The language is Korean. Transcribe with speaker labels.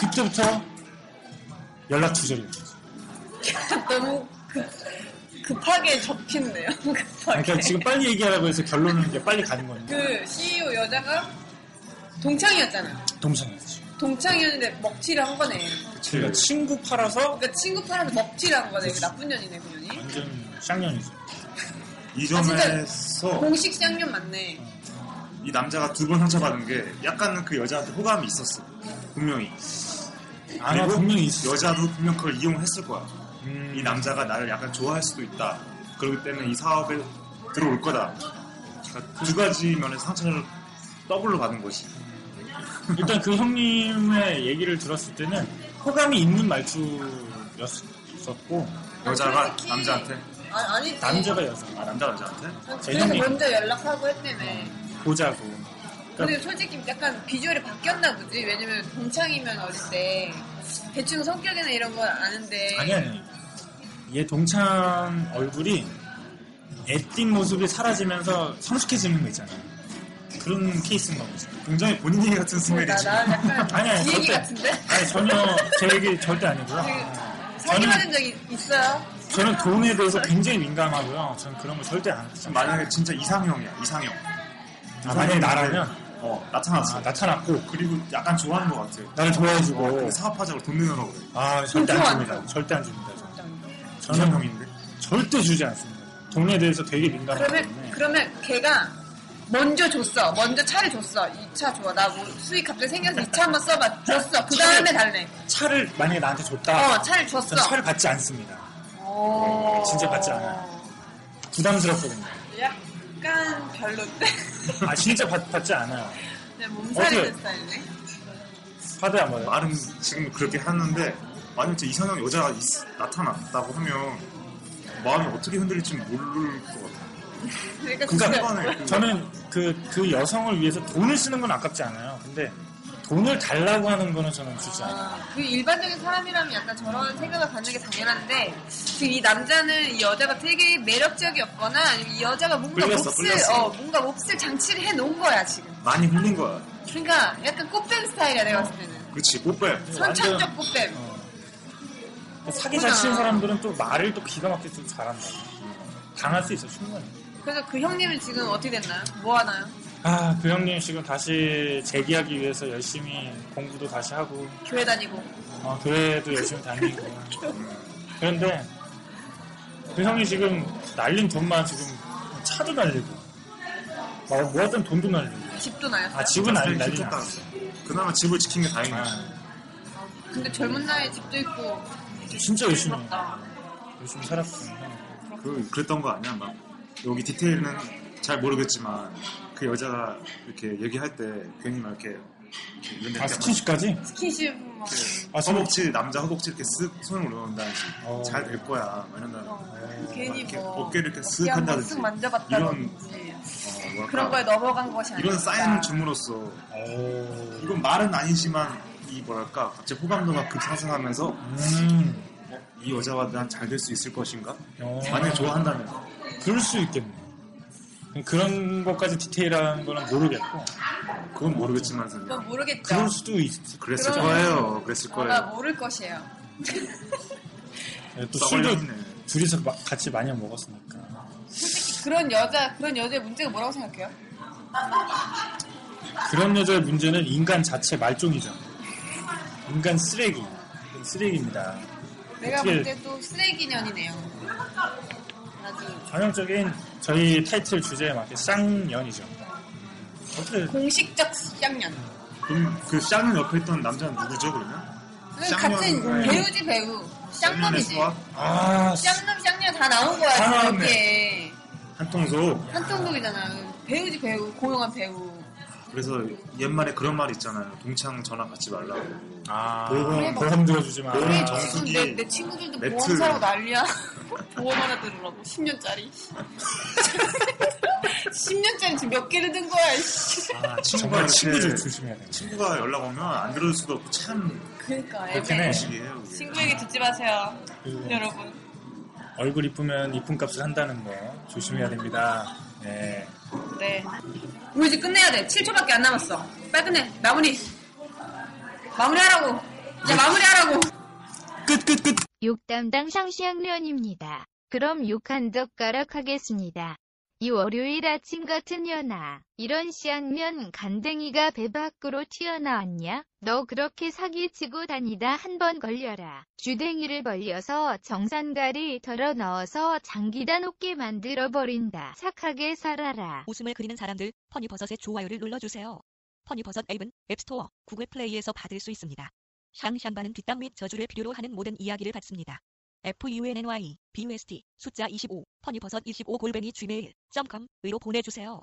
Speaker 1: 그때부터 연락 두절이 된 거죠.
Speaker 2: 너무 그, 급, 급하게 접혔네요. 급하게.
Speaker 1: 그러니까 지금 빨리 얘기하라고 해서 결론은 이제 빨리 가는 건데
Speaker 2: 그 CEO 여자가 동창이었잖아.
Speaker 1: 동생이지.
Speaker 2: 동창이었는데 먹튀를 한 거네.
Speaker 1: 제가 그 그러니까 친구 팔아서
Speaker 2: 그러니까 친구 팔아서 먹튀를 한 거네. 그 나쁜 년이네, 그 년이.
Speaker 1: 완전 쌍년이죠.
Speaker 3: 이
Speaker 2: 아,
Speaker 3: 점에서
Speaker 2: 공식 쌍년 맞네.
Speaker 3: 이 남자가 두 번 상처받은 게 약간은 그 여자한테 호감이 있었어. 분명히.
Speaker 1: 아, 분명히 있어.
Speaker 3: 여자도 분명 그걸 이용했을 거야.
Speaker 1: 음,
Speaker 3: 이 남자가 나를 약간 좋아할 수도 있다. 그렇기 때문에 이 사업에 들어올 거다. 그러니까 두 가지 면에서 상처를 더블로 받은 것이.
Speaker 1: 일단 그 형님의 얘기를 들었을 때는 호감이 있는 말투였었고
Speaker 3: 여자가
Speaker 2: 솔직히-
Speaker 3: 남자한테
Speaker 2: 아, 아니지.
Speaker 1: 남자가 여성
Speaker 3: 아 남자 남자한테
Speaker 2: 난
Speaker 1: 제
Speaker 2: 그래서
Speaker 1: 형님.
Speaker 2: 먼저 연락하고 했다며.
Speaker 1: 그러니까 보자고
Speaker 2: 근데 솔직히 약간 비주얼이 바뀌었나 보지. 왜냐면 동창이면 어릴 때 대충 성격이나 이런 건 아는데.
Speaker 1: 아니 아니 얘 동창 얼굴이 애띤 모습이 사라지면서 성숙해지는 거 있잖아요 그런 케이스인 거죠
Speaker 3: 굉장히 본인 얘기 같은
Speaker 2: 나,
Speaker 3: 스멜이지.
Speaker 2: 나 약간
Speaker 1: 아니, 아니,
Speaker 2: 이 얘기
Speaker 1: 절대.
Speaker 2: 같은데?
Speaker 1: 아니 전혀 제 얘기 절대 아니고요
Speaker 2: 사귀받은 적이 있어요?
Speaker 1: 저는 돈에 대해서 굉장히 민감하고요 저는 그런 거 절대 안 아, 하죠
Speaker 3: 만약에 진짜 이상형이야 이상형.
Speaker 1: 아, 만약에 나라면
Speaker 3: 어 나타났어.
Speaker 1: 아, 나타났고
Speaker 3: 그리고 약간 좋아하는 것 같아요.
Speaker 1: 나를
Speaker 3: 어,
Speaker 1: 좋아해주고
Speaker 3: 근데 사업하자고 돈 내놓으라고 그래.
Speaker 1: 아 절대 안
Speaker 2: 그거
Speaker 1: 줍니다 절대 안 줍니다 저는. 저는
Speaker 3: 이상형인데.
Speaker 1: 절대 주지 않습니다. 돈에 대해서 되게 민감하기 때문에.
Speaker 2: 그러면, 그러면 걔가 먼저 줬어. 먼저 차를 줬어. 이 차 좋아. 나 뭐 수익 갑자기 생겨서 이 차 한번 써봐. 줬어. 그 다음에 달래.
Speaker 1: 차를 만약에 나한테 줬다.
Speaker 2: 어, 차를 줬어. 어.
Speaker 1: 저는 아, 차를 받지 않습니다.
Speaker 2: 오.
Speaker 1: 진짜 받지 않아요. 부담스럽거든요.
Speaker 2: 약간 별론데?
Speaker 1: 아 진짜 받, 받지 않아요.
Speaker 2: 그냥 몸살이는
Speaker 1: 어때?
Speaker 2: 스타일이네. 그러니까
Speaker 1: 화대 안 받아요.
Speaker 3: 말은 지금 그렇게 하는데 만약 진짜 이상형 여자가 있- 나타났다고 하면 마음이 어떻게 흔들릴지 모를 것 같아요.
Speaker 2: 그러니까
Speaker 3: 그
Speaker 2: 진짜
Speaker 3: 순간에 그-
Speaker 1: 저는 그, 그 여성을 위해서 돈을 쓰는 건 아깝지 않아요. 근데 돈을 달라고 하는 거는 저는 주지 않아요.
Speaker 2: 아, 그 일반적인 사람이라면 약간 저런 생각을 갖는 게 당연한데 지금 이 남자는 이 여자가 되게 매력적이었거나 아니면 이 여자가 뭔가
Speaker 3: 끌렸어,
Speaker 2: 몹쓸
Speaker 3: 끌렸어.
Speaker 2: 어, 뭔가 몹쓸 장치를 해놓은 거야 지금
Speaker 3: 많이 흔린 거야.
Speaker 2: 그러니까 약간 꽃뱀 스타일이야 내가 봤을 때는
Speaker 3: 그렇지 꽃뱀.
Speaker 2: 선천적 꽃뱀
Speaker 1: 어. 사기 잘 치는 사람들은 또 말을 또 기가 막히게 좀 잘한다. 당할 수 있어 충분히.
Speaker 2: 그래서 그 형님은 지금 어떻게 됐나요? 뭐 하나요?
Speaker 1: 아, 그 형님 지금 다시 재기하기 위해서 열심히 공부도 다시 하고,
Speaker 2: 교회 다니고
Speaker 1: 어, 교회도 열심히 다니고. 그런데 그 형이 지금 날린 돈만 지금 차도 날리고, 뭐, 모았던 돈도 날리고.
Speaker 2: 집도 나였어요?
Speaker 1: 아, 집은 아니,
Speaker 3: 그냥
Speaker 1: 날리지
Speaker 3: 집
Speaker 1: 않았어.
Speaker 3: 쫓아갔어. 그나마 집을 지킨 게 다행이야.
Speaker 1: 아,
Speaker 2: 근데 젊은 나이에 집도 있고
Speaker 1: 진짜 열심히,
Speaker 2: 부럽다
Speaker 1: 열심히 살았거든요. 아,
Speaker 3: 그 그랬던 거 아니야? 막 여기 디테일은 잘 모르겠지만 그 여자가 이렇게 얘기할 때 괜히 막 이렇게 이런 데
Speaker 1: 아,
Speaker 3: 약간
Speaker 1: 스킨십까지?
Speaker 2: 스킨십 뭐 막
Speaker 1: 아,
Speaker 3: 허벅지 남자 허벅지 이렇게 쓱 손을 올려놓는다든지
Speaker 1: 어.
Speaker 3: 잘 될 거야 막 이런다.
Speaker 2: 어,
Speaker 3: 어,
Speaker 2: 괜히
Speaker 3: 이렇게
Speaker 2: 뭐
Speaker 3: 어깨를 이렇게 쓱
Speaker 2: 한번
Speaker 3: 한다든지
Speaker 2: 쓱 만져봤다든지
Speaker 3: 뭐랄까.
Speaker 2: 그런 거에 넘어간 것이 아니라
Speaker 3: 이런 사인을 줌으로써
Speaker 1: 오.
Speaker 3: 이건 말은 아니지만 이 뭐랄까 갑자기 호감도가 급상승하면서
Speaker 1: 음,
Speaker 3: 어, 이 여자와 난 잘 될 수 있을 것인가?
Speaker 1: 어.
Speaker 3: 만약 좋아한다면
Speaker 1: 그럴 수 있겠네요. 그런 것까지 디테일한 거는 모르겠고,
Speaker 3: 그건 모르겠지만 선생님.
Speaker 2: 그건 모르겠죠.
Speaker 1: 그럴 수도 있을
Speaker 3: 그랬을
Speaker 2: 그럼-
Speaker 3: 거예요. 그랬을
Speaker 2: 어, 나
Speaker 3: 거예요.
Speaker 2: 모를 것이에요.
Speaker 1: 예, 또
Speaker 3: 썩을
Speaker 1: 술도
Speaker 3: 했네.
Speaker 1: 둘이서 마- 같이 많이 먹었으니까.
Speaker 2: 그런 여자, 그런 여자의 문제가 뭐라고 생각해요?
Speaker 1: 그런 여자의 문제는 인간 자체 말종이죠. 인간 쓰레기. 쓰레기입니다.
Speaker 2: 내가
Speaker 1: 어떻게-
Speaker 2: 볼 때 또 쓰레기년이네요. 아주
Speaker 1: 전형적인 저희 타이틀 주제에 맞게 쌍년이죠. 어떻게
Speaker 2: 공식적 쌍년.
Speaker 3: 그럼 그 쌍년 옆에 있던 남자는 누구죠 그러면?
Speaker 2: 네, 같은
Speaker 3: 쌍년이구나. 네.
Speaker 2: 배우지 배우.
Speaker 3: 쌍년의
Speaker 2: 쌍놈이지.
Speaker 3: 수학?
Speaker 1: 아, 씨.
Speaker 2: 쌍놈, 쌍년 다 나온 거야.
Speaker 1: 다 나왔네.
Speaker 2: 이렇게.
Speaker 3: 한통소.
Speaker 2: 한통독이잖아. 배우지 배우. 고용한 배우.
Speaker 3: 그래서 옛말에 그런 말 있잖아요. 동창 전화 받지 말라고.
Speaker 1: 아,
Speaker 3: 보험-
Speaker 1: 보험 들어주지 마.
Speaker 3: 보험
Speaker 2: 우리
Speaker 3: 정수.
Speaker 2: 지금
Speaker 3: 정수기,
Speaker 2: 내, 내 친구들도
Speaker 3: 매트.
Speaker 2: 보험 사고 난리야. 보험 하나 들으라고. 10년짜리. 10년짜리 지금 몇 개를 든 거야. 씨.
Speaker 3: 아,
Speaker 1: 정말
Speaker 3: 친구가
Speaker 1: 친구들
Speaker 3: 친구들
Speaker 1: 조심해야 돼.
Speaker 3: 친구가 연락 오면 안 들을 수도 없고 참
Speaker 2: 그러니까
Speaker 1: 그렇긴 해.
Speaker 2: 애매.
Speaker 3: 식이에요. 이게.
Speaker 2: 친구에게 듣지 마세요.
Speaker 1: 그리고
Speaker 2: 여러분.
Speaker 1: 얼굴 이쁘면 이쁜 값을 한다는 거 조심해야 됩니다. 네.
Speaker 2: 네. 우리 이제 끝내야 돼. 7초밖에 안 남았어. 빨리 끝내. 마무리. 마무리하라고.
Speaker 1: 네.
Speaker 2: 이제 마무리하라고.
Speaker 4: 욕 담당 상시학년입니다. 그럼 욕 한 젓가락 하겠습니다. 이 월요일 아침 같은 연아, 이런 시학년 간댕이가 배 밖으로 튀어나왔냐? 너 그렇게 사기치고 다니다 한 번 걸려라. 주댕이를 벌려서 정산가리 덜어 넣어서 장기단 옷게 만들어 버린다. 착하게 살아라.
Speaker 5: 웃음을 그리는 사람들, 퍼니버섯의 좋아요를 눌러주세요. 퍼니버섯 앱은 앱스토어, 구글 플레이에서 받을 수 있습니다. 샹샹바는 뒷담 및 저주를 필요로 하는 모든 이야기를 받습니다. funny, bust, 숫자 25, 퍼니버섯 25 골뱅이 gmail.com 으로 보내주세요.